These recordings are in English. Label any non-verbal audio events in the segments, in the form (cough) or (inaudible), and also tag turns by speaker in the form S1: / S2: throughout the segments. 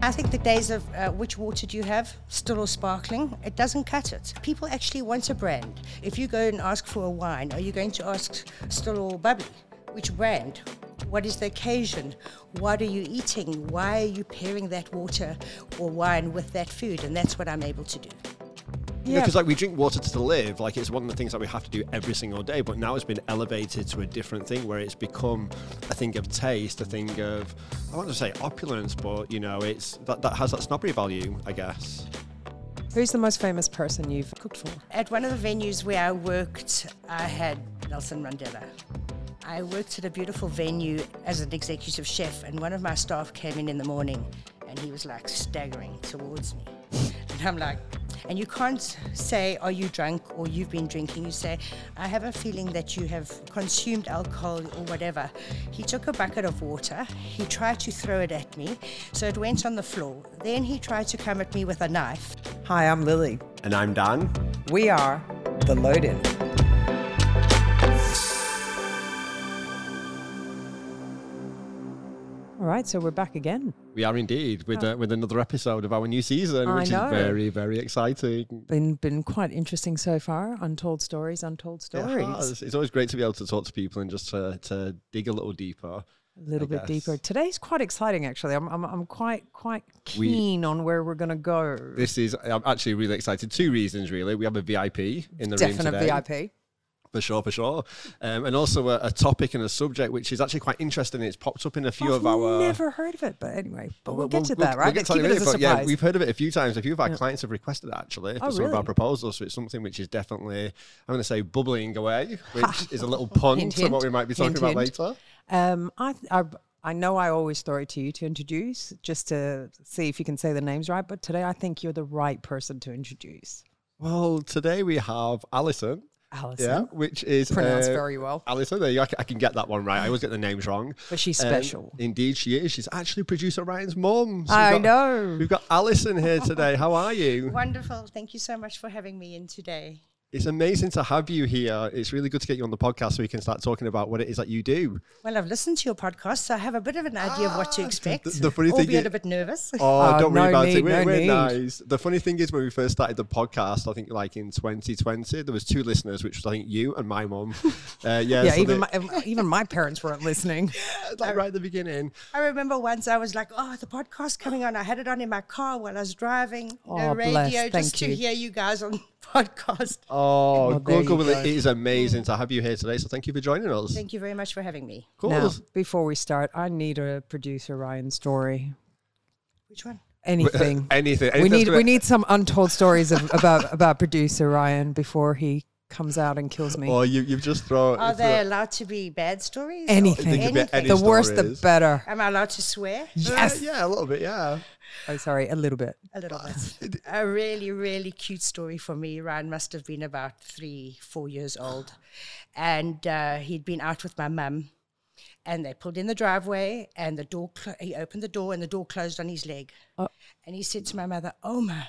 S1: I think the days of uh, which water do you have, still or sparkling, it doesn't cut it. People actually want a brand. If you go and ask for a wine, are you going to ask still or bubbly? Which brand? What is the occasion? What are you eating? Why are you pairing that water or wine with that food? And that's what I'm able to do.
S2: You know, because like we drink water to live, like it's one of the things that we have to do every single day. But now it's been elevated to a different thing where it's become a thing of taste, a thing of I want to say opulence, but you know, it's that, that has that snobbery value, I guess.
S3: Who's the most famous person you've cooked for?
S1: At one of the venues where I worked, I had Nelson Mandela. I worked at a beautiful venue as an executive chef, and one of my staff came in in the morning and he was like staggering towards me. And I'm like, and you can't say, Are you drunk or you've been drinking? You say, I have a feeling that you have consumed alcohol or whatever. He took a bucket of water, he tried to throw it at me, so it went on the floor. Then he tried to come at me with a knife.
S4: Hi, I'm Lily.
S2: And I'm Dan.
S4: We are The Load In.
S3: All right, so we're back again.
S2: We are indeed with uh, with another episode of our new season,
S3: Oh. I
S2: which
S3: know.
S2: is very very exciting.
S3: Been been quite interesting so far. Untold stories, untold
S2: It
S3: stories.
S2: has. It's always great to be able to talk to people and just to, to dig a little deeper.
S3: A little bit
S2: guess.
S3: deeper. Today's quite exciting, actually. I'm I'm, I'm quite quite
S2: We-
S3: keen on where we're gonna go.
S2: This is I'm actually really excited. Two reasons really. We have a VIP in the room
S3: Definite
S2: today.
S3: VIP.
S2: For sure, for sure. Um, and also a, a topic and a subject which is actually quite interesting. It's popped up in a few of
S3: I've
S2: our.
S3: never heard of it, but anyway, but we'll, get to
S2: we'll-
S3: that,
S2: we'll
S3: right?
S2: get
S3: But
S2: to
S3: keep
S2: that
S3: it as a
S2: later, but Yeah,
S3: surprise.
S2: we've heard of it a few times. A few of our clients have requested it actually for
S3: Oh,
S2: some of
S3: really?
S2: our proposals. So it's something which is definitely, I'm going to say, bubbling
S3: (laughs)
S2: away, which is a little pun
S3: Hint,
S2: to what
S3: hint.
S2: we might be
S3: Hint,
S2: talking about
S3: hint.
S2: later.
S3: Um, I, th- I I know I always throw it to you to introduce, just to see if you can say the names right. But today, I think you're the right person to introduce,
S2: Well, today we have Alison.
S3: Alison.
S2: Yeah, which is
S3: Pronounced
S2: uh,
S3: very well.
S2: Alison, there you go. I can, I can get that one right. I always get the names wrong.
S3: But she's
S2: Um,
S3: special.
S2: indeed, she is. She's actually producer Ryan's mum. So we've
S3: I
S2: got-
S3: know.
S2: We've got Alison here today. How are you?
S1: Wonderful. Thank you so much for having me in today.
S2: It's amazing to have you here. It's really good to get you on the podcast so we can start talking about what it is that you do.
S1: Well, I've listened to your podcast, so I have a bit of an idea of what to expect.
S2: Ah, the- the funny thing
S1: albeit
S2: is-
S1: a bit nervous.
S2: Oh,
S3: Oh,
S2: don't worry
S3: no
S2: about
S3: need,
S2: it. We're,
S3: no
S2: we're
S3: need.
S2: nice. The funny thing is, when we first started the podcast, I think like in 2020, there was two listeners, which was I think you and my
S3: (laughs)
S2: mum. Uh, yeah,
S3: Yeah,
S2: so
S3: even
S2: they-
S3: my, ev- even my parents weren't
S2: (laughs)
S3: listening.
S2: like right at the beginning.
S1: I remember once I was like, "Oh, the podcast coming on." I had it on in my car while I was driving.
S3: Oh,
S1: no radio,
S3: bless.
S1: just
S3: Thank
S1: to
S3: you.
S1: hear you guys on (laughs) podcast.
S2: Oh,
S3: Well, there
S2: good,
S3: you
S2: good. Well,
S3: go.
S2: it is amazing to have you here today. So thank you for joining us.
S1: Thank you very much for having me.
S2: Cool.
S3: Now, before we start, I need a producer Ryan story.
S1: Which one?
S3: Anything.
S2: uh, Anything.
S3: we
S2: anything
S3: need
S2: that's
S3: we
S2: gonna-
S3: need some untold stories of, about about producer Ryan before he comes out and kills me.
S2: Oh, you, you've just thrown.
S3: Oh,
S1: Are
S2: thrown-
S1: they allowed to be bad stories?
S3: Anything.
S2: They could be any
S3: the worse the
S2: stories.
S3: better.
S1: Am I allowed to swear?
S2: Uh,
S3: Yes.
S2: yeah, a little bit. Yeah.
S3: Oh, sorry, a little bit.
S1: A little bit. A really, really cute story for me. Ryan must have been about three, four years old. And uh, he'd been out with my mum. And they pulled in the driveway, and the door, cl- he opened the door, and the door closed on his leg. And he said to my mother, Oma,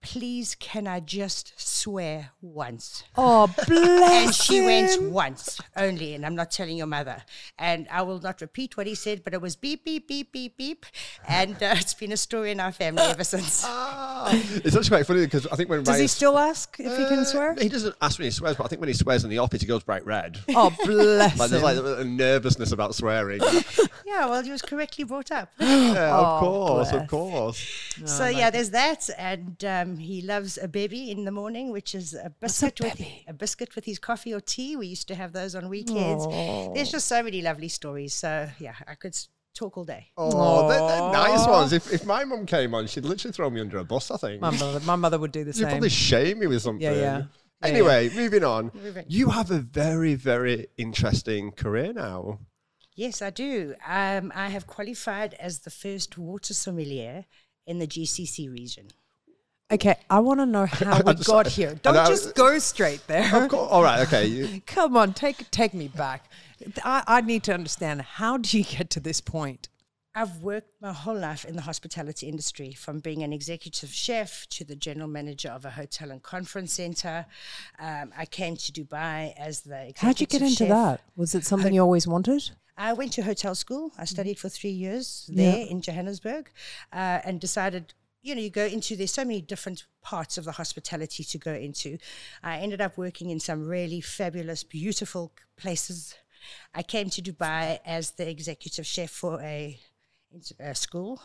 S1: please can I just swear once?
S3: (laughs) Oh, bless
S1: And she went once only, and I'm not telling your mother. And I will not repeat what he said, but it was beep, beep, beep, beep, beep. And uh, it's been a story in our family ever since.
S3: (laughs)
S2: Ah, it's actually quite funny because I think when
S3: Does he
S2: Ryan's-
S3: still ask if he
S2: Uh,
S3: can swear?
S2: He doesn't ask when he swears, but I think when he swears in the office, he goes bright red. (laughs)
S3: Oh, bless
S2: Like
S3: him.
S2: there's like a nervousness about
S3: (laughs)
S2: swearing. yeah,
S1: Yeah, well, he was correctly brought up.
S2: of course, of
S3: Oh, bless.
S2: course.
S1: so yeah, there's that, and um, he loves a bevy in the morning, which is a biscuit with a biscuit with his coffee or tea. We used to have those on weekends. There's just so many lovely stories. So yeah, I could s- talk all day.
S2: Oh, they're, they're nice ones. If, if my mum came on, she'd literally throw me under a bus. I think (laughs)
S3: my mother, my mother would do the
S2: she'd
S3: same.
S2: probably shame me with something.
S3: yeah. Yeah, yeah.
S2: Anyway, moving on.
S1: Moving.
S2: You have a very, very interesting career now.
S1: Yes, I do. Um, I have qualified as the first water sommelier in the GCC region.
S3: Okay, I want
S2: (laughs)
S3: to know how we
S2: just-
S3: got here. Don't
S2: I-
S3: just go straight there. (laughs)
S2: Of course. All right. Okay. you-
S3: Come on, take take me back. I, I need to understand how do you get to this point?
S1: I've worked my whole life in the hospitality industry, from being an executive chef to the general manager of a hotel and conference center. Um, I came to Dubai as the executive
S3: How'd you get into
S1: chef.
S3: that? Was it something you always wanted?
S1: I went to hotel school. I studied for three years there in Johannesburg uh, and decided, you know, you go into, there's so many different parts of the hospitality to go into. I ended up working in some really fabulous, beautiful c- places. I came to Dubai as the executive chef for a into, uh, school,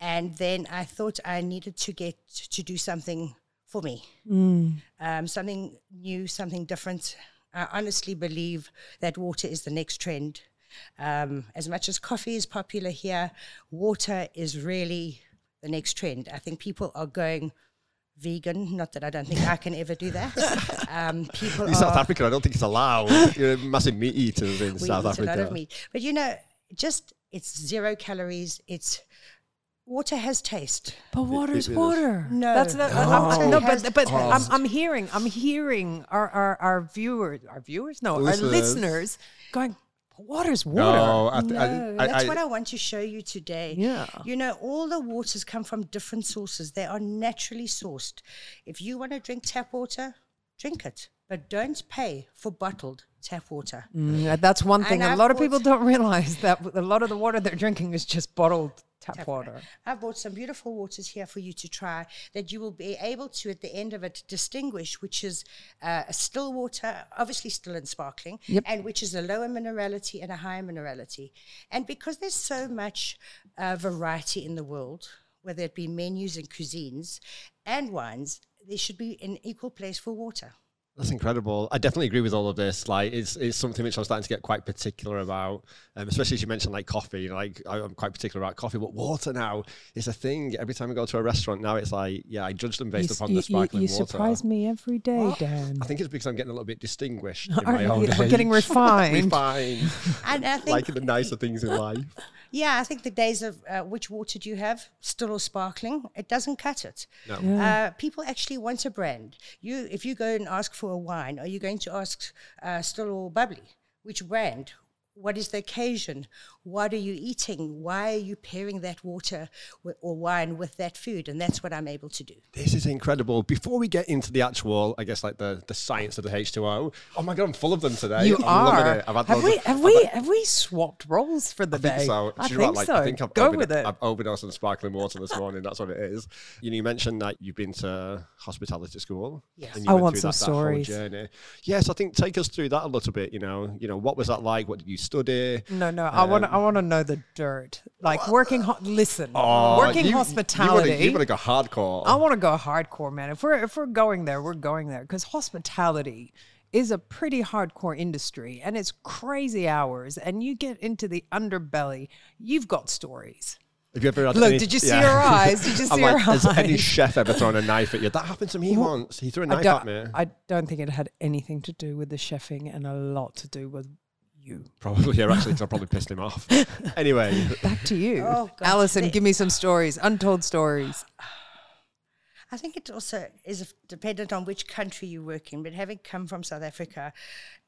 S1: and then I thought I needed to get to do something for me, um, something new, something different. I honestly believe that water is the next trend. Um, as much as coffee is popular here, water is really the next trend. I think people are going vegan. Not that I don't think I can ever do that. Um, people
S2: In
S1: are,
S2: South Africa, I don't think it's allowed. You're massive meat eaters in
S1: we
S2: South
S1: eat
S2: Africa.
S1: a lot of meat. But you know, just it's zero calories. It's water has taste.
S3: But water
S2: it
S3: is
S2: is.
S3: water.
S1: No.
S3: that's not. I'm- I'm-
S1: Oh.
S3: no, but but
S1: Oh.
S3: I'm, I'm hearing I'm hearing our our, our viewers our viewers no
S2: Listeners.
S3: our listeners going. Water's water.
S2: No, I, th- I-
S1: No,
S2: I-
S1: that's
S2: I-
S1: what I want to show you today.
S3: Yeah.
S1: You know, all the waters come from different sources. They are naturally sourced. If you want to drink tap water, drink it. But don't pay for bottled tap water.
S3: Mm, that's one thing. A
S1: I've
S3: lot of
S1: bought-
S3: people don't realize that a lot of the water they're drinking is just bottled tap water.
S1: I've bought some beautiful waters here for you to try that you will be able to, at the end of it, distinguish which is uh, a still water, obviously still and sparkling, and which is a lower minerality and a higher minerality. And because there's so much uh, variety in the world, whether it be menus and cuisines and wines, there should be an equal place for water.
S2: That's incredible. I definitely agree with all of this. Like, it's it's something which I'm starting to get quite particular about, um, especially as you mentioned, like coffee. You know, Like, I, I'm quite particular about coffee, but water now is a thing. Every time I go to a restaurant now, it's like, yeah, I judge them based
S3: s-
S2: upon the sparkling
S3: you
S2: water.
S3: surprise me every day, Dan.
S2: I think it's because I'm getting a little bit distinguished in my
S3: Aren't
S2: own
S3: we?
S2: age.
S3: We're getting refined.
S2: (laughs) refined.
S1: And I think,
S2: Liking the nicer things in life.
S1: yeah, I think the days of uh, which water do you have, still or sparkling, it doesn't cut it.
S2: No.
S1: Uh, people actually want a brand. You, if you go and ask for a wine, are you going to ask uh, still or bubbly? Which brand? What is the occasion? What are you eating? Why are you pairing that water wi- or wine with that food? And that's what I'm able to do.
S2: This is incredible. Before we get into the actual, I guess, like the, the science of the H2O, oh my God, I'm full of them today.
S3: You
S2: I'm loving
S3: are.
S2: it. I've had
S3: have
S2: loads
S3: we
S2: of-
S3: have we have we swapped roles for the
S2: I think
S3: day?
S2: so.
S3: I
S2: Do you know what,
S3: think
S2: like,
S3: so.
S2: I think I've
S3: Go
S2: overdosed-
S3: with it.
S2: I've overdosed on sparkling water this morning. That's what it is. You, know, you mentioned that you've been to hospitality school.
S1: Yes.
S2: and you
S3: I
S2: went
S3: want
S2: through
S3: some
S2: that- that whole
S3: stories.
S2: journey. Yes, I think take us through that a little bit. You know, you know, what was that like? What did you study?
S3: no, no. I want I want to know the dirt. Like working. Ho- listen,
S2: Oh,
S3: working
S2: you-
S3: hospitality.
S2: You want to go hardcore.
S3: I want to go hardcore, man. If we're if we're going there, we're going there because hospitality is a pretty hardcore industry, and it's crazy hours. And you get into the underbelly, you've got stories.
S2: Have you ever had
S3: Look,
S2: any-
S3: did you see
S2: Yeah. (laughs)
S3: her eyes? Did you see
S2: I'm like,
S3: her
S2: has any
S3: eyes?
S2: chef ever thrown a knife at you? That happened to me once. He threw a
S3: I
S2: knife at
S3: don't,
S2: me.
S3: I don't think it had anything to do with the chefing, and a lot to do with you.
S2: Probably, yeah, actually, 'cause I probably pissed him
S3: (laughs)
S2: off. Anyway,
S3: Back to you,
S1: Oh, God.
S3: Allison.
S1: The-
S3: Give me some stories, untold stories.
S1: I think it also is f- dependent on which country you work in, but having come from South Africa,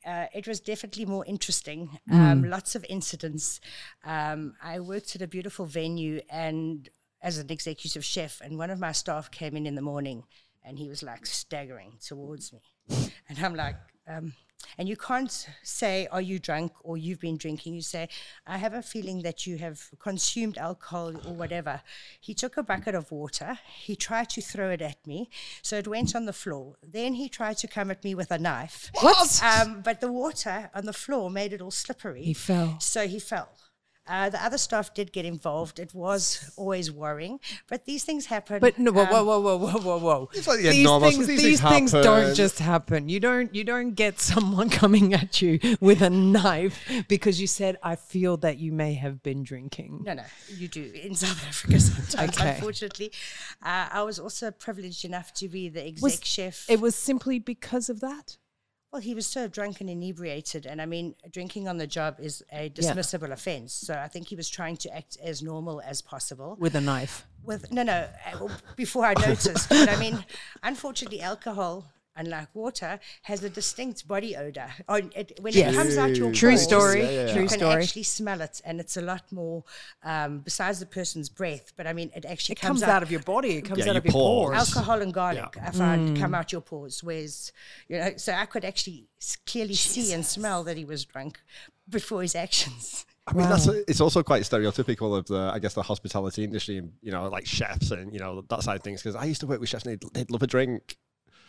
S1: uh, it was definitely more interesting. Um, lots of incidents. Um, I worked at a beautiful venue and as an executive chef, and one of my staff came in in the morning and he was like staggering towards me. And I'm like, um, and you can't say, Are you drunk or you've been drinking? You say, I have a feeling that you have consumed alcohol or whatever. He took a bucket of water. He tried to throw it at me. So it went on the floor. Then he tried to come at me with a knife.
S3: What?
S1: (gasps) Um, but the water on the floor made it all slippery.
S3: He fell.
S1: So he fell. Uh, the other staff did get involved. It was always worrying, but these things happen. um,
S3: But no, whoa, whoa, whoa, whoa, whoa, whoa, whoa!
S2: like the
S3: these
S2: enormous-
S3: things,
S2: these
S3: these,
S2: things
S3: things
S2: happen.
S3: don't just happen. You don't, you don't get someone (laughs) coming at you with a knife because you said, "I feel that you may have been drinking."
S1: No, no, you do in South (laughs) Africa sometimes.
S3: Okay.
S1: Unfortunately, uh, I was also privileged enough to be the exec
S3: Was-
S1: chef.
S3: It was simply because of that.
S1: well, he was so drunk and inebriated, and I mean, drinking on the job is a dismissible offence. So I think he was trying to act as normal as possible.
S3: With a knife.
S1: With no, no, uh, before I noticed, but I mean, unfortunately, alcohol. Unlike water, has a distinct body odor. On it, when
S3: Yes.
S1: it comes out your
S3: True
S1: pores,
S3: story.
S2: Yeah, yeah, yeah.
S1: you
S3: True
S1: can
S3: story.
S1: actually smell it, and it's a lot more um, besides the person's breath. But I mean, it actually
S3: it comes out, of your body. It comes
S2: Yeah,
S3: out
S2: you
S3: of your
S2: pause.
S3: pores.
S1: alcohol and garlic i found
S3: Mm.
S1: come out your pores whereas you know so i could actually s- clearly see and smell that he was drunk before his actions (laughs)
S2: I mean, that's it's also quite stereotypical of the, I guess, the hospitality industry, and you know, like chefs and you know that side of things. Because I used to work with chefs, and they'd, they'd love a drink.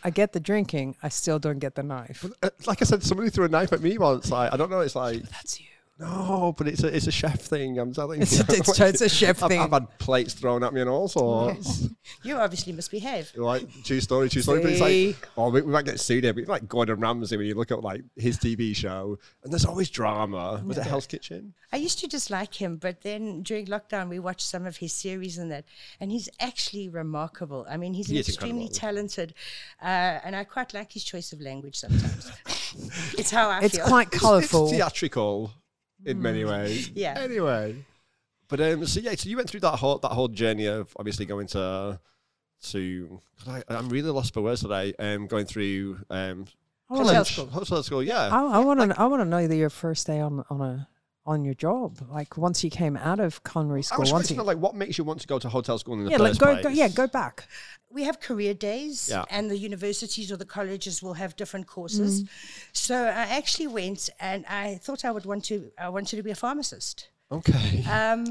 S3: I get the drinking, I still don't get the knife.
S2: Uh, Like I said, somebody threw a knife at me once. Like I don't know. It's like
S3: That's you.
S2: no, but it's a it's a chef thing. I'm telling you, (laughs)
S3: It's- it's- it's a chef
S2: I've-
S3: thing.
S2: I've had plates thrown at me and all sorts.
S1: You obviously misbehave.
S2: like true story, true story. But it's
S3: See?
S2: like, oh, we, we might get sued here. But it's like Gordon Ramsay when you look up like his TV show, and there's always
S3: Oh
S2: drama. Was it Hell's Kitchen?
S1: I used to dislike him, but then during lockdown, we watched some of his series and that, and he's actually remarkable. I mean, he's
S2: He is
S1: extremely
S2: incredible.
S1: talented, uh, and I quite like his choice of language
S2: (laughs)
S1: sometimes. it's how I
S3: It's
S1: feel.
S3: quite
S2: It's- it's
S3: colourful. Mm.
S2: theatrical in many
S3: (laughs)
S2: ways.
S1: Yeah.
S2: Anyway, but um, so yeah, so you went through that whole that whole journey of obviously going to to. 'cause I, I'm really lost for words today. Um, going through um,
S3: I wanna-
S1: school.
S2: hotel school, yeah. (laughs)
S3: I, I want to. I want to know that your first day on on a on your job, like once you came out of Connery
S2: I
S3: School,
S2: was trying
S3: once
S2: to
S3: you,
S2: know, like what makes you want to go to hotel school in the
S3: yeah, like
S2: first
S3: go,
S2: place.
S3: go, yeah, go back.
S1: we have career days
S2: Yeah.
S1: and the universities or the colleges will have different courses
S3: Mm.
S1: so i actually went and i thought i would want to i wanted to be a pharmacist
S2: Okay.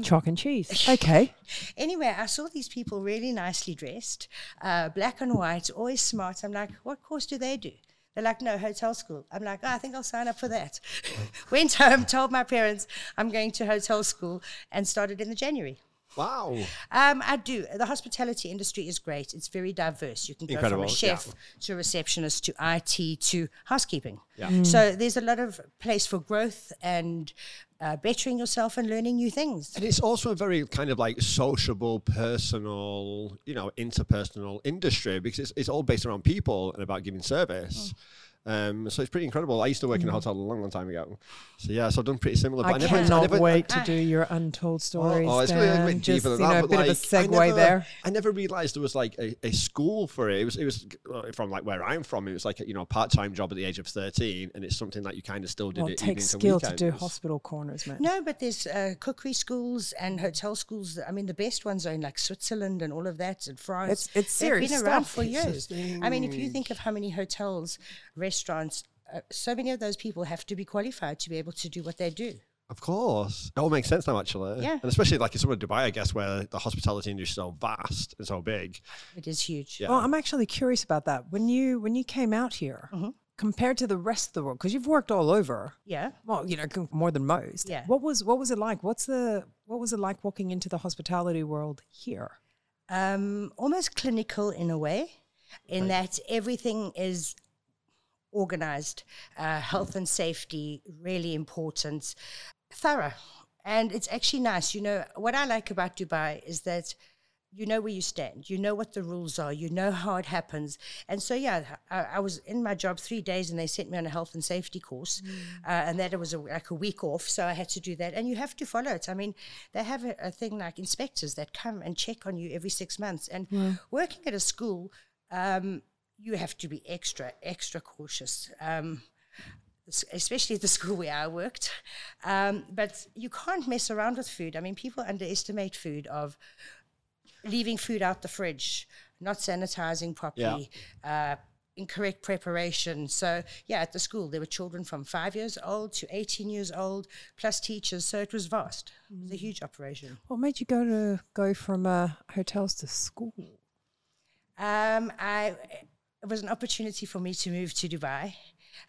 S3: Chalk and cheese.
S2: (laughs)
S3: Okay,
S1: anyway i saw these people really nicely dressed uh, black and white always smart i'm like what course do they do they're like, no, hotel school. I'm like, oh, I think I'll sign up for that. (laughs) Went home, told my parents I'm going to hotel school, and started in the January.
S2: wow.
S1: Um, I do. The hospitality industry is great. It's very diverse. You can go from
S2: Incredible,
S1: a chef to a receptionist to IT to housekeeping.
S2: Yeah.
S1: So there's a lot of place for growth and uh, bettering yourself and learning new things.
S2: And it's also a very kind of like sociable, personal, you know, interpersonal industry because it's, it's all based around people and about giving service.
S3: Mm.
S2: Um, so it's pretty incredible. I used to work in a hotel a long, long time ago. So yeah, so I've done pretty similar.
S3: I,
S2: But I, never, I
S3: cannot
S2: never- Ah.
S3: wait
S1: I-
S3: to do your untold stories.
S2: Oh, it's
S3: Dan.
S2: really a bit
S3: Just
S2: deeper
S3: you
S2: than
S3: know,
S2: that.
S3: a
S2: but,
S3: bit of a
S2: like,
S3: segue
S2: I never,
S3: there.
S2: I never realised there was like a, a school for it. It was it was uh, from like where I'm from. It was like a, you know a part time job at the age of thirteen, and it's something that you kind of still did.
S3: Well,
S2: it
S3: it takes
S2: evening
S3: skill to do
S2: weekends.
S3: hospital corners, man.
S1: No, but there's uh, cookery schools and hotel schools. I mean, the best ones are in like Switzerland and all of that, and France.
S3: It's- it's
S1: They've
S3: serious
S1: been around
S3: stuff.
S1: for years.
S2: It's a
S1: I mean, if you think of how many hotels, restaurants, uh, so many of those people have to be qualified to be able to do what they do.
S2: Of course. It all makes sense now, actually.
S1: Yeah.
S2: And especially like in summer Dubai, I guess, where the hospitality industry is so vast and so big.
S1: It is huge.
S2: Yeah.
S3: Well, I'm actually curious about that. When you when you came out here,
S2: Mm-hmm.
S3: compared to the rest of the world, because you've worked all over.
S1: Yeah.
S3: Well, you know, c- more than most.
S1: Yeah.
S3: What was what was it like? What's the what was it like walking into the hospitality world here?
S1: um, almost clinical in a way, in that everything is organized, uh, health and safety really important, thorough. And it's actually nice. You know, what I like about Dubai is that you know where you stand, you know what the rules are, you know how it happens. And so, yeah, I, I was in my job three days and they sent me on a health and safety course. Uh, and that it was a, like a week off. So I had to do that. And you have to follow it. I mean, they have a, a thing like inspectors that come and check on you every six months. And working at a school, um, you have to be extra, extra cautious. Um, s- especially at the school where I worked. Um, but you can't mess around with food. I mean, people underestimate food of leaving food out the fridge, not sanitizing properly, uh, incorrect preparation. So, yeah, at the school, there were children from five years old to 18 years old, plus teachers. So it was vast. It was a huge operation.
S3: What made you go to go from uh, hotels to school?
S1: Um, I, it was an opportunity for me to move to Dubai.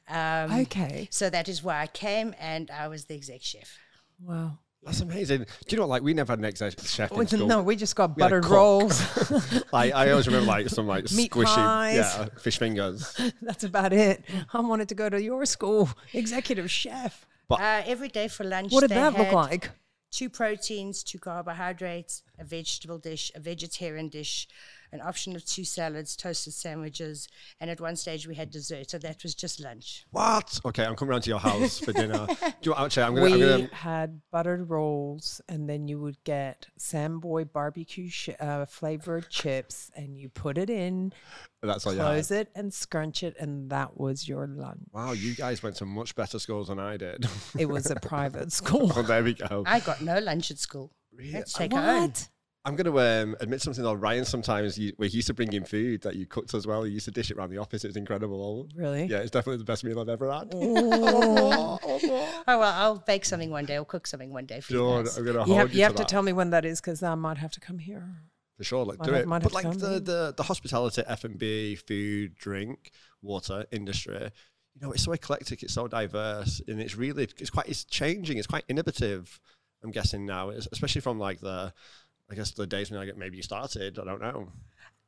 S1: Um,
S3: okay.
S1: So that is why I came, and I was the exec chef.
S3: Wow.
S2: That's amazing. Do you know what? Like, we never had an exec chef in school.
S3: No, we just got
S2: We had a
S3: buttered
S2: cook.
S3: rolls. (laughs)
S2: Like, (laughs) I always remember like some like
S3: Meat
S2: squishy
S3: pies.
S2: yeah, fish
S3: (laughs)
S2: fingers.
S3: That's about it. I wanted to go to your school, executive chef.
S1: Uh, every day for lunch.
S3: What did
S1: they
S3: that look
S1: had
S3: like?
S1: Two proteins, two carbohydrates, a vegetable dish, a vegetarian dish, an option of two salads, toasted sandwiches, and at one stage we had dessert. So that was just lunch.
S2: What? Okay, I'm coming round to your house for
S3: (laughs)
S2: dinner. Do you know, what? actually, I'm gonna, I'm
S3: we
S2: gonna
S3: had buttered rolls, and then you would get Samboy barbecue sh- uh, flavored chips, and you put it in,
S2: that's all you had.
S3: close it, and scrunch it, and that was your lunch.
S2: Wow, you guys went to much better schools than I
S3: (laughs)
S2: did.
S3: It was a private (laughs) school.
S2: (laughs) well, there we go.
S3: oh,
S1: I got no lunch at school. Let's take our own.
S3: What?
S2: I'm going to um, admit something though. Ryan sometimes you, we used to bring in food that you cooked as well. He used to dish it around the office. It was incredible.
S3: Really?
S2: Yeah, it's definitely the best meal I've ever had.
S1: Oh well, I'll bake something one day. I'll cook something one day for you
S2: John,
S1: guys.
S2: I'm going to
S3: You
S2: hold
S3: have,
S2: you,
S3: you have
S2: to,
S3: to
S2: that.
S3: tell me when that is because I might have to come here.
S2: for sure. Like
S3: Might
S2: do
S3: have-
S2: it,
S3: might
S2: but
S3: have
S2: like
S3: to
S2: the,
S3: come
S2: the the hospitality, F and B, food, drink, water industry. You know, it's so eclectic. It's so diverse, and it's really it's quite it's changing. It's quite innovative. I'm guessing now, es- especially from like the. I guess the days when I get maybe you started, I don't know.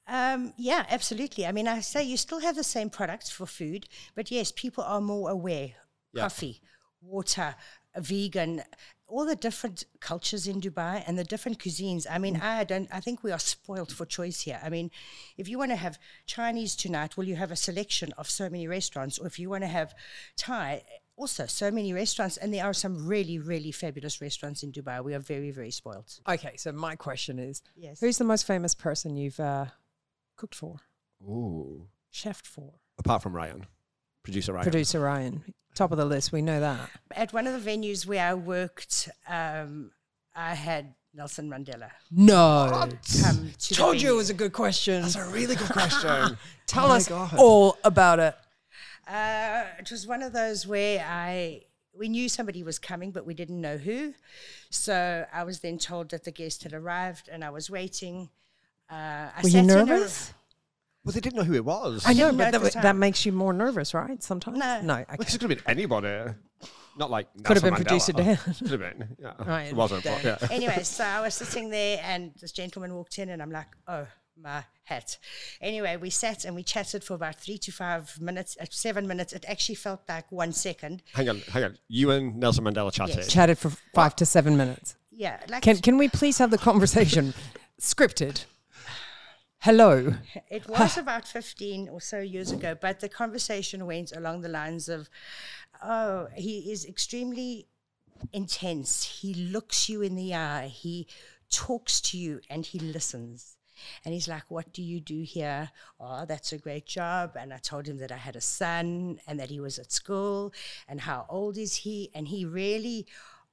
S1: Um, yeah, absolutely. I mean, I say you still have the same products for food, but yes, people are more aware.
S2: Yeah.
S1: Coffee, water, vegan, all the different cultures in Dubai and the different cuisines. I mean, I don't. I think we are spoiled for choice here. I mean, if you want to have Chinese tonight, well, you have a selection of so many restaurants, or if you want to have Thai. Also, so many restaurants, and there are some really, really fabulous restaurants in Dubai. We are very, very spoiled.
S3: Okay, so my question is
S1: Yes.
S3: who's the most famous person you've uh, cooked for,
S2: Ooh.
S3: chefed for?
S2: Apart from Ryan, producer Ryan.
S3: Producer Ryan, top of the list. We know that.
S1: At one of the venues where I worked, um, I had Nelson Mandela
S3: No.
S1: come to the
S3: Told you
S1: venue.
S3: it was a good question.
S2: That's a really good
S3: (laughs)
S2: question.
S3: Tell
S2: Oh my
S3: us
S2: God.
S3: all about it.
S1: Uh, it was one of those where I we knew somebody was coming, but we didn't know who. So I was then told that the guest had arrived, and I was waiting. Uh, I
S3: Were you
S1: sat in a-
S3: nervous?
S2: Well, they didn't know who it was.
S3: I know,
S1: know at
S3: but
S1: the
S3: that,
S1: time.
S3: that makes you more nervous, right? Sometimes?
S1: No.
S3: No.
S2: Well,
S3: Okay. (laughs)
S2: this could have been anybody. Not like
S3: Could have
S2: Nelson Mandela.
S3: been producer Dan.
S2: Could have been. Yeah.
S3: Right,
S2: It wasn't. But,
S3: Dan.
S2: yeah.
S1: anyway, so I was sitting there, and this gentleman walked in, and I'm like, oh. My hat. Anyway, we sat and we chatted for about three to five minutes, uh, seven minutes. It actually felt like one second.
S2: Hang on, hang on. You and Nelson Mandela chatted.
S3: Chatted for five to seven minutes.
S1: Yeah, like
S3: Can, can we please have the (laughs) conversation scripted? Hello.
S1: It was about 15 or so years ago, but the conversation went along the lines of, oh, he is extremely intense. He looks you in the eye, he talks to you, and he listens. And he's like, What do you do here? Oh, that's a great job. And I told him that I had a son and that he was at school and how old is he? And he really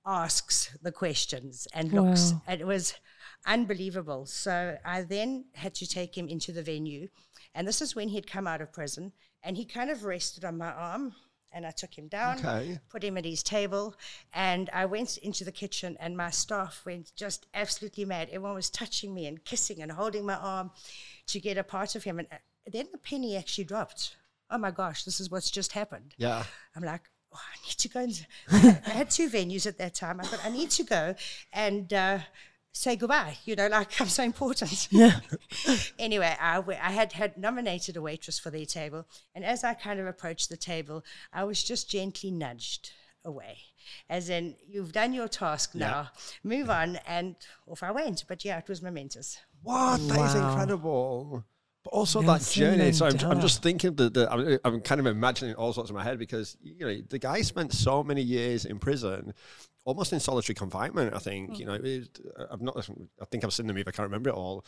S1: asks the questions and looks.
S3: Wow.
S1: It was unbelievable. So I then had to take him into the venue. And this is when he had come out of prison and he kind of rested on my arm. And I took him down,
S2: Okay.
S1: put him at his table, and I went into the kitchen. And my staff went just absolutely mad. Everyone was touching me and kissing and holding my arm to get a part of him. And uh, then the penny actually dropped. Oh my gosh, this is what's just happened.
S2: Yeah.
S1: (laughs) I'm like, oh, I need to go. And I had two venues at that time. I thought I need to go and uh, say goodbye. You know, like I'm so important. Yeah. (laughs) anyway, I, w- I had had nominated a waitress for their table, and as I kind of approached the table, I was just gently nudged away. As in, you've done your task now, move on, and off I went. But yeah, it was momentous.
S2: What? That is
S3: Wow.
S2: incredible. But also that
S3: Nelson
S2: journey. So I'm, I'm
S3: Mandela.
S2: just thinking that the, I'm, I'm kind of imagining all sorts in my head because you know the guy spent so many years in prison, almost in solitary confinement. I think
S3: Hmm.
S2: you know it, uh, I've not. I think I've seen the movie. I can't remember it all.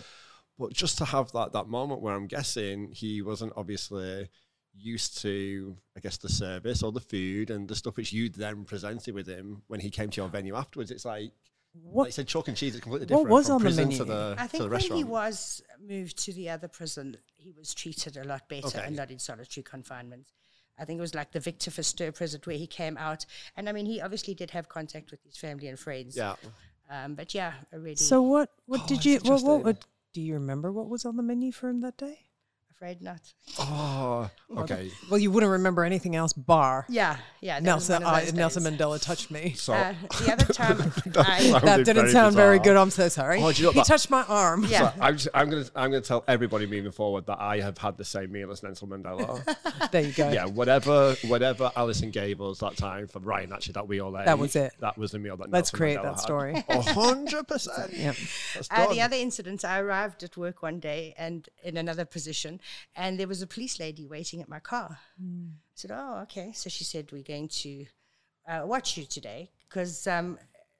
S2: But just to have that that moment where I'm guessing he wasn't obviously used to, I guess, the service or the food and the stuff which you then presented with him when he came to your venue afterwards. It's like. What? Like you said, chalk and cheese is completely
S3: what
S2: different.
S3: was
S2: from
S3: on the
S2: prison To
S3: menu?
S2: the,
S1: I
S2: to
S1: think
S2: the
S1: when
S2: restaurant.
S1: he was moved to the other prison, he was treated a lot better
S2: Okay.
S1: and not in solitary confinement. I think it was like the Victor Verster prison where he came out, and I mean, he obviously did have contact with his family and friends.
S2: Yeah.
S1: Um, but yeah, already.
S3: So what? What
S2: Oh,
S3: did
S2: that's
S3: you? What, what,
S2: interesting.
S3: what- do you remember? What was on the menu for him that day?
S1: afraid not.
S2: Oh,
S3: (laughs)
S2: okay.
S3: Well, you wouldn't remember anything else. Bar
S1: Yeah, yeah. that was
S3: Nelson.
S1: one of
S3: I,
S2: uh,
S1: those
S3: Nelson
S1: days.
S3: Mandela
S2: (laughs)
S3: touched me.
S2: So
S1: Uh, the other
S2: (laughs)
S1: time, I,
S2: sounded
S3: That didn't sound very good.
S2: bizarre.
S3: I'm so sorry.
S2: Oh, do you know
S3: he
S2: that-
S3: touched my arm.
S1: Yeah.
S2: So I'm, just, I'm gonna I'm gonna tell everybody moving forward that I have had the same meal as Nelson
S3: (laughs)
S2: Mandela.
S3: There you go.
S2: yeah, whatever whatever Alison gave us that time for Ryan actually that we all ate.
S3: That was it.
S2: That was the meal that.
S3: Let's
S2: Nelson
S3: create
S2: Mandela
S3: that
S2: had. (laughs)
S3: story.
S2: A hundred percent.
S3: Yeah.
S2: That's
S1: Uh, the
S2: done.
S1: other incident, I arrived at work one day and in another position, and there was a police lady waiting at my car. I said, Oh, okay. So she said, We're going to uh, watch you today because um,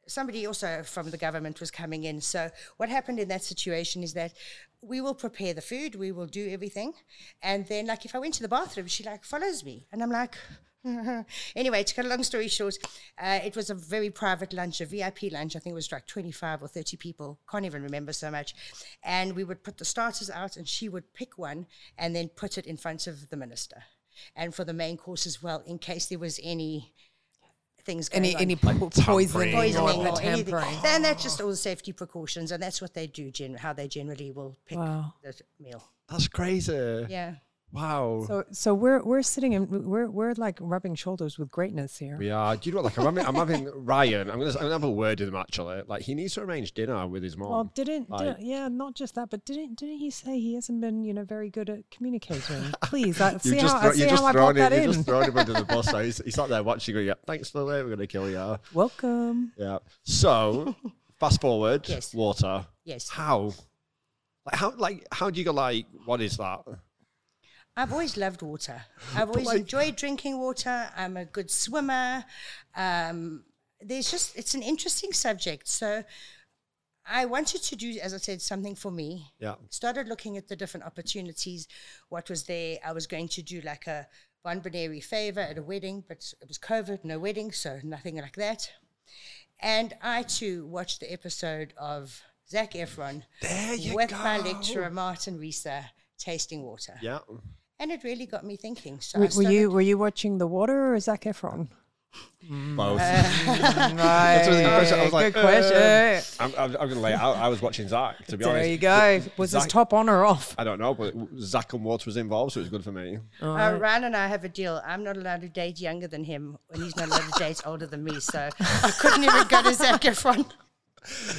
S1: somebody also from the government was coming in. So what happened in that situation is that we will prepare the food, we will do everything. And then, like, (laughs) if I went to the bathroom, she like follows me, and I'm like, anyway, to cut a long story short, uh, it was a very private lunch, a VIP lunch. I think it was like 25 or 30 people. Can't even remember so much. And we would put the starters out, and she would pick one and then put it in front of the minister. And for the main course as well, in case there was any things going
S3: Any
S1: on
S3: any po- poisoning,
S1: poisoning
S3: or,
S1: or, anything.
S3: tampering.
S1: Then that's just all safety precautions, and that's what they do. Gen- how they generally will pick
S3: Wow.
S1: the meal.
S2: That's crazy.
S1: Yeah.
S2: Wow.
S3: So so we're we're sitting and we're we're like rubbing shoulders with greatness here.
S2: we are. Do you know what? Like I'm having, I'm having Ryan. I'm gonna, I'm gonna have a word with him actually. Like he needs to arrange dinner with his mom.
S3: Well, didn't,
S2: Like-
S3: didn't- yeah, not just that, but didn't didn't he say he hasn't been you know very good at
S2: (laughs)
S3: communicating? Please, I,
S2: You
S3: see how I see how I
S2: thrown
S3: got
S2: him,
S3: that
S2: you
S3: in.
S2: just thrown him under the bus. So he's,
S3: (laughs)
S2: he's not there watching. Going, yeah, thanks for that. We're gonna kill you.
S3: Welcome.
S2: Yeah. So fast forward.
S1: Yes.
S2: Water.
S1: Yes.
S2: How? Like how? Like how do you go? Like what is that?
S1: I've always loved water. I've always
S2: like-
S1: enjoyed drinking water. I'm a good swimmer. Um, there's just it's an interesting subject. So I wanted to do, as I said, something for me.
S2: Yeah.
S1: Started looking at the different opportunities, what was there. I was going to do like a bonbonniere favor at a wedding, but it was COVID, no wedding, so nothing like that. And I too watched the episode of Zach Efron
S2: There
S1: with my lecturer Martin Risa tasting water
S2: Yeah.
S1: and it really got me thinking. So I
S3: Were, were
S1: started,
S3: you were you watching The Water or Zac (laughs) Efron? Mm.
S2: Both.
S3: Uh. Right.
S2: one of the questions I was like,
S3: Good question.
S2: I'm, I'm, I'm gonna lay. out. I was watching Zach. To be
S3: There
S2: honest.
S3: you go. Was
S2: Zac-
S3: his top on or
S2: (laughs)
S3: off?
S2: I don't know, but Zach and Water was involved, so it was good for me.
S3: Oh.
S1: uh, Ryan and I have a deal. I'm not allowed to date younger than him, and he's not allowed to date older than me. So I couldn't even go to Zac Efron.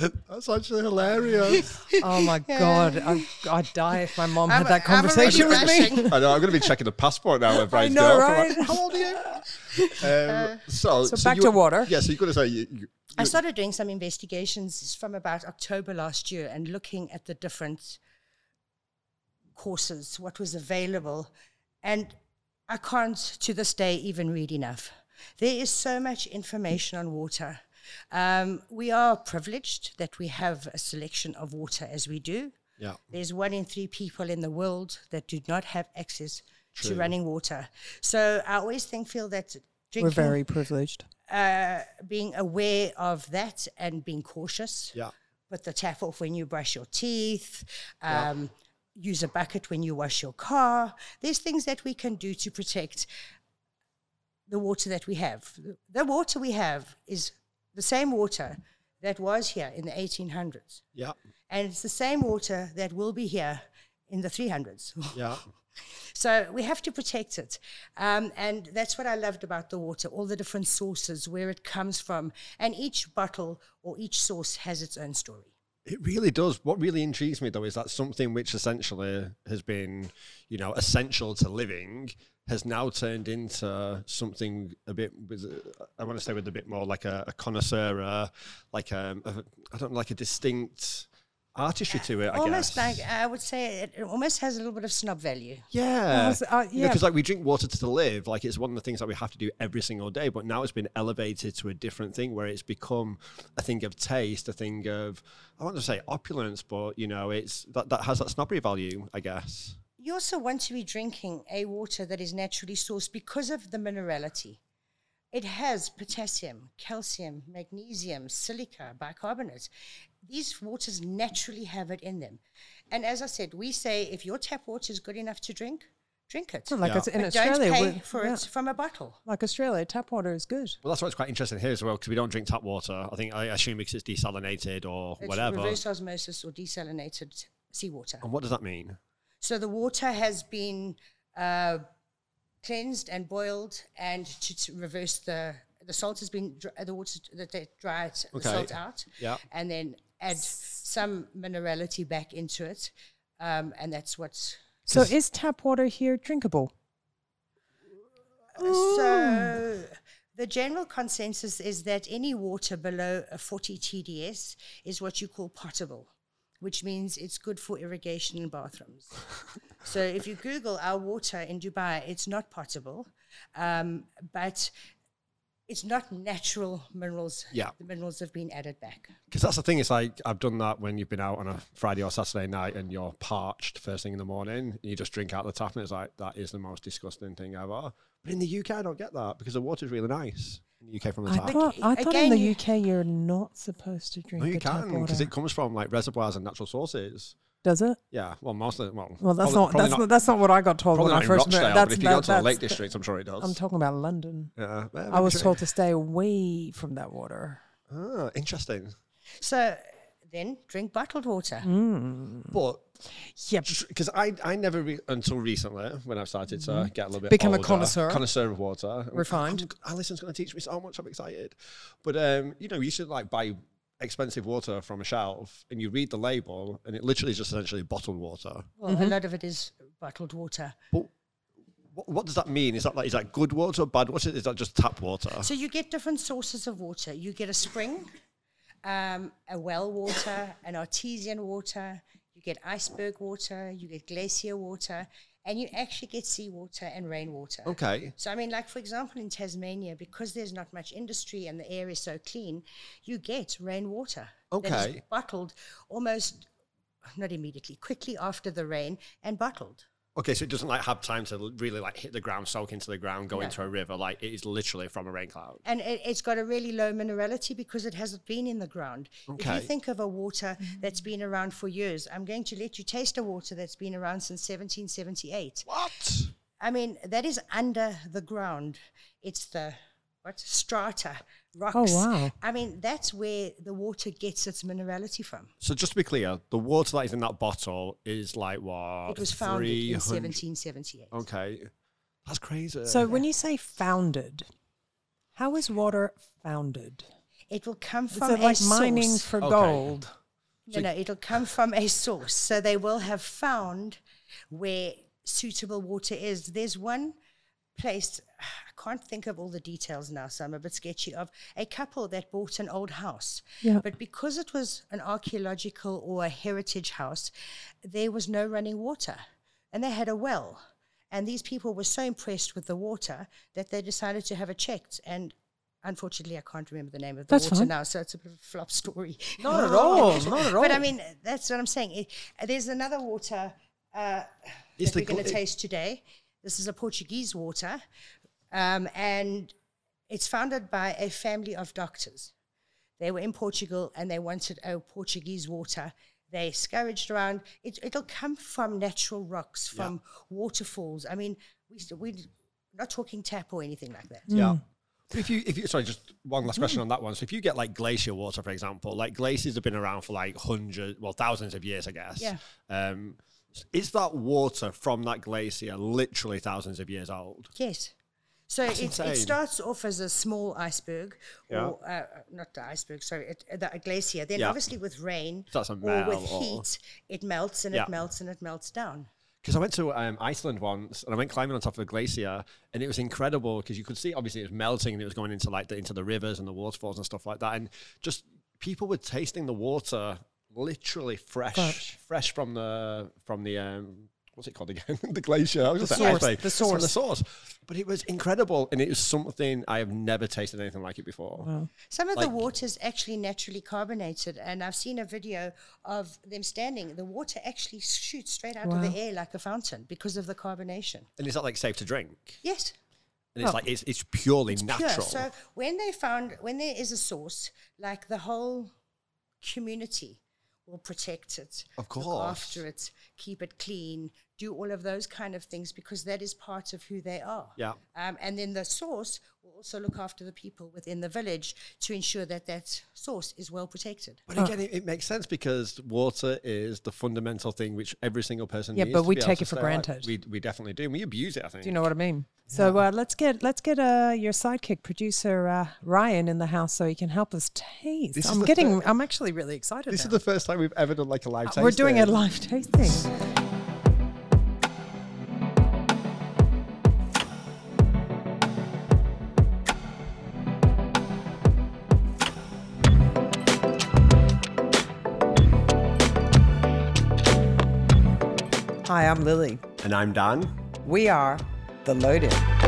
S2: (laughs) That's actually hilarious.
S3: Oh my god, I, I'd die if my mom
S1: I'm-
S3: had that
S1: I'm already
S3: conversation with
S2: (laughs)
S3: me.
S1: blushing.
S2: I know. I'm going to be checking the passport now.
S3: (laughs)
S2: With Brian's
S3: know,
S2: girlfriend.
S3: right?
S2: How old are you? Um, so,
S3: so back
S2: you-
S3: to water.
S2: Yeah. So you're going to say you, you,
S1: I started doing some investigations from about October last year and looking at the different courses, what was available. And I can't to this day even read enough. There is so much information on water. Um, we are privileged that we have a selection of water as we do.
S2: yeah.
S1: There's one in three people in the world that do not have access to running water. So I always think feel that
S3: We're
S1: drinking,
S3: very privileged.
S1: being aware of that and being cautious
S2: Yeah.
S1: with the tap off when you brush your teeth. Um, Use a bucket when you wash your car. There's things that we can do to protect the water that we have. The water we have is the same water that was here in the 1800s.
S2: Yeah.
S1: And it's the same water that will be here in the 300s.
S2: Yeah.
S1: So we have to protect it. Um, and that's what I loved about the water all the different sources, where it comes from. And each bottle or each source has its own story.
S2: It really does. What really intrigues me though is that something which essentially has been, you know, essential to living has now turned into something a bit with I want to say with a bit more like a, a connoisseur, uh, like um, a, I don't know, like a distinct artistry to it. I
S1: almost
S2: guess.
S1: like I would say it, it almost has a little bit of snob value.
S2: Yeah.
S3: was- uh,
S2: You know,
S3: yeah.
S2: 'cause, like we drink water to live, like it's one of the things that we have to do every single day. But now it's been elevated to a different thing where it's become a thing of taste, a thing of I want to say opulence, but you know, it's that, that has that snobbery value, I guess.
S1: You also want to be drinking a water that is naturally sourced because of the minerality. It has potassium, calcium, magnesium, silica, bicarbonate. These waters naturally have it in them. And as I said, we say if your tap water is good enough to drink, drink it.
S3: So like
S2: Yeah.
S3: it's in
S1: but don't
S3: Australia,
S1: pay
S3: we-
S1: for
S3: yeah,
S1: it from a bottle.
S3: like Australia, tap water is good.
S2: Well, that's why it's quite interesting here as well because we don't drink tap water. I think I assume because it's desalinated or
S1: It's
S2: whatever.
S1: reverse osmosis or desalinated seawater.
S2: And what does that mean?
S1: So the water has been uh, cleansed and boiled, and to, to reverse the the salt has been dr- the water that they dry it
S2: Okay.
S1: the salt out,
S2: Yeah.
S1: and then add some minerality back into it, um, and that's what's
S3: So is tap water here drinkable?
S1: So the general consensus is that any water below a 40 TDS is what you call potable, which means it's good for irrigation and bathrooms. so if you Google our water in Dubai, it's not potable, um, but it's not natural minerals.
S2: Yeah.
S1: The minerals have been added back.
S2: Because that's the thing. It's like I've done that when you've been out on a Friday or Saturday night and you're parched first thing in the morning. And you just drink out the tap, and it's like that is the most disgusting thing ever. But in the UK, I don't get that because the water's really nice. In the UK from the
S5: I
S2: tap.
S5: thought, I thought in
S1: Again,
S5: the
S1: you-
S5: UK you're not supposed to drink
S2: no, you
S5: the tap
S2: can because
S5: water.
S2: it comes from like reservoirs and natural sources.
S5: Does it?
S2: Yeah, well, mostly. Well,
S5: Well, that's
S2: probably-
S5: not
S2: probably
S5: that's not, that's not what I got told when
S2: probably not
S5: I
S2: in
S5: first
S2: Rochdale,
S5: moved.
S2: but
S5: That's
S2: if you
S5: that-
S2: go to the
S5: that's-
S2: Lake District, I'm sure it does.
S5: I'm talking about London.
S2: yeah,
S5: I was told to stay away from that water.
S2: Ah, interesting.
S1: So then drink bottled water.
S2: But
S5: Yeah, but
S2: because I, I never re- until recently when I've started to get a little bit
S5: Mm-hmm. Become a
S2: older,
S5: connoisseur.
S2: connoisseur of water
S5: Refined.
S2: I'm- Alison's going to teach me so much. I'm excited. But um, you know, you should like buy expensive water from a shelf, and you read the label, and it literally is just essentially bottled water.
S1: Well, a lot of it is bottled water.
S2: But what, what does that mean? Is that like is that good water, bad water? Is that just tap water?
S1: So you get different sources of water. You get a spring, um, a well water, an artesian water. You get iceberg water. You get glacier water, and you actually get seawater and rainwater.
S2: Okay.
S1: So I mean, like for example, in Tasmania, because there's not much industry and the air is so clean, you get rainwater that is
S2: Okay.
S1: bottled almost not immediately, quickly after the rain and bottled.
S2: Okay, so it doesn't like have time to l- really like hit the ground, soak into the ground, go
S1: No.
S2: into a river. Like it is literally from a rain cloud.
S1: and it, it's got a really low minerality because it hasn't been in the ground. If
S2: Okay.
S1: you think of a water
S5: Mm-hmm.
S1: that's been around for years, I'm going to let you taste a water that's been around since 1778.
S2: What?
S1: I mean, that is under the ground. It's the what strata rocks.
S5: Oh, wow.
S1: I mean, that's where the water gets its minerality from.
S2: So just to be clear, the water that is in that bottle is like what?
S1: It was founded in
S2: 300
S1: 1778.
S2: Okay, that's crazy.
S5: So when you say founded, how is water founded?
S1: It will come
S5: Is
S1: from
S5: it
S1: a
S5: like mining
S1: source.
S5: for
S2: Okay.
S5: gold?
S1: No, no, it'll come from a source. So they will have found where suitable water is. There's one place, I can't think of all the details now, so I'm a bit sketchy, of a couple that bought an old house.
S5: Yeah.
S1: But because it was an archaeological or a heritage house, there was no running water. And they had a well. And these people were so impressed with the water that they decided to have it checked. And unfortunately, I can't remember the name of the
S5: That's
S1: water
S5: fine.
S1: now, so it's a bit of a flop story.
S5: Not at all. Not at all.
S1: Oh. But I mean, that's what I'm saying. It, there's another water uh,
S2: It's
S1: that we're
S2: the
S1: going to
S2: gla-
S1: taste today. This is a Portuguese water, um, and it's founded by a family of doctors. They were in Portugal and they wanted a Portuguese water. They scourged around. It, it'll come from natural rocks, from waterfalls. I mean, we, s- we're not talking tap or anything like that.
S2: yeah.
S5: Mm.
S2: But If you, if you, sorry, just one last question on that one. So, if you get like glacier water, for example, like glaciers have been around for like hundreds, well, thousands of years, I guess.
S1: Yeah.
S2: Um, is that water from that glacier literally thousands of years old?
S1: Yes. So it,
S2: insane.
S1: it starts off as a small iceberg,
S2: Yeah.
S1: or uh, not the iceberg, sorry, it, uh, the, a glacier. Then
S2: Yeah.
S1: obviously with rain
S2: That's a
S1: or with
S2: melt or-
S1: heat, it melts and
S2: Yeah.
S1: it melts and it melts down.
S2: Because I went to um, Iceland once and I went climbing on top of a glacier and it was incredible because you could see obviously it was melting and it was going into like the, into the rivers and the waterfalls and stuff like that and just people were tasting the water literally fresh, fresh,
S5: Fresh.
S2: from the from the um, what's it called again (laughs) the glacier I was
S5: The
S2: gonna say
S5: source,
S2: iceberg.
S5: the
S2: It's from
S5: source.
S2: the source but it was incredible and it was something I have never tasted anything like it before
S1: Some of the
S2: Like-
S1: water is actually naturally carbonated, and I've seen a video of them standing. The water actually shoots straight out of
S5: Wow.
S1: the air like a fountain because of the carbonation.
S2: and is that like safe to drink
S1: Yes.
S2: and it's like it's, it's purely
S1: pure.
S2: natural
S1: So when they found when there is a source, like the whole community will protect it,
S2: Of
S1: look
S2: course.
S1: after it, keep it clean, do all of those kind of things because that is part of who they are.
S2: Yeah.
S1: Um, and then the source will also look after the people within the village to ensure that that source is well protected.
S2: But again, it, it makes sense because water is the fundamental thing which every single person
S5: Yeah,
S2: needs.
S5: but
S2: to
S5: we
S2: be able
S5: take
S2: to
S5: it for
S2: stay alive.
S5: granted.
S2: We, we definitely do. And we abuse it, I think.
S5: Do you know what I mean? So uh, let's get let's get uh, your sidekick producer uh, Ryan in the house so he can help us taste.
S2: This is
S5: I'm
S2: the
S5: getting
S2: third-
S5: I'm actually really excited.
S2: this
S5: now.
S2: is the first time we've ever done like a live tasting.
S5: Uh, We're doing a live tasting.
S4: Hi, I'm Lily.
S2: And I'm Dan.
S4: We are The Loaded.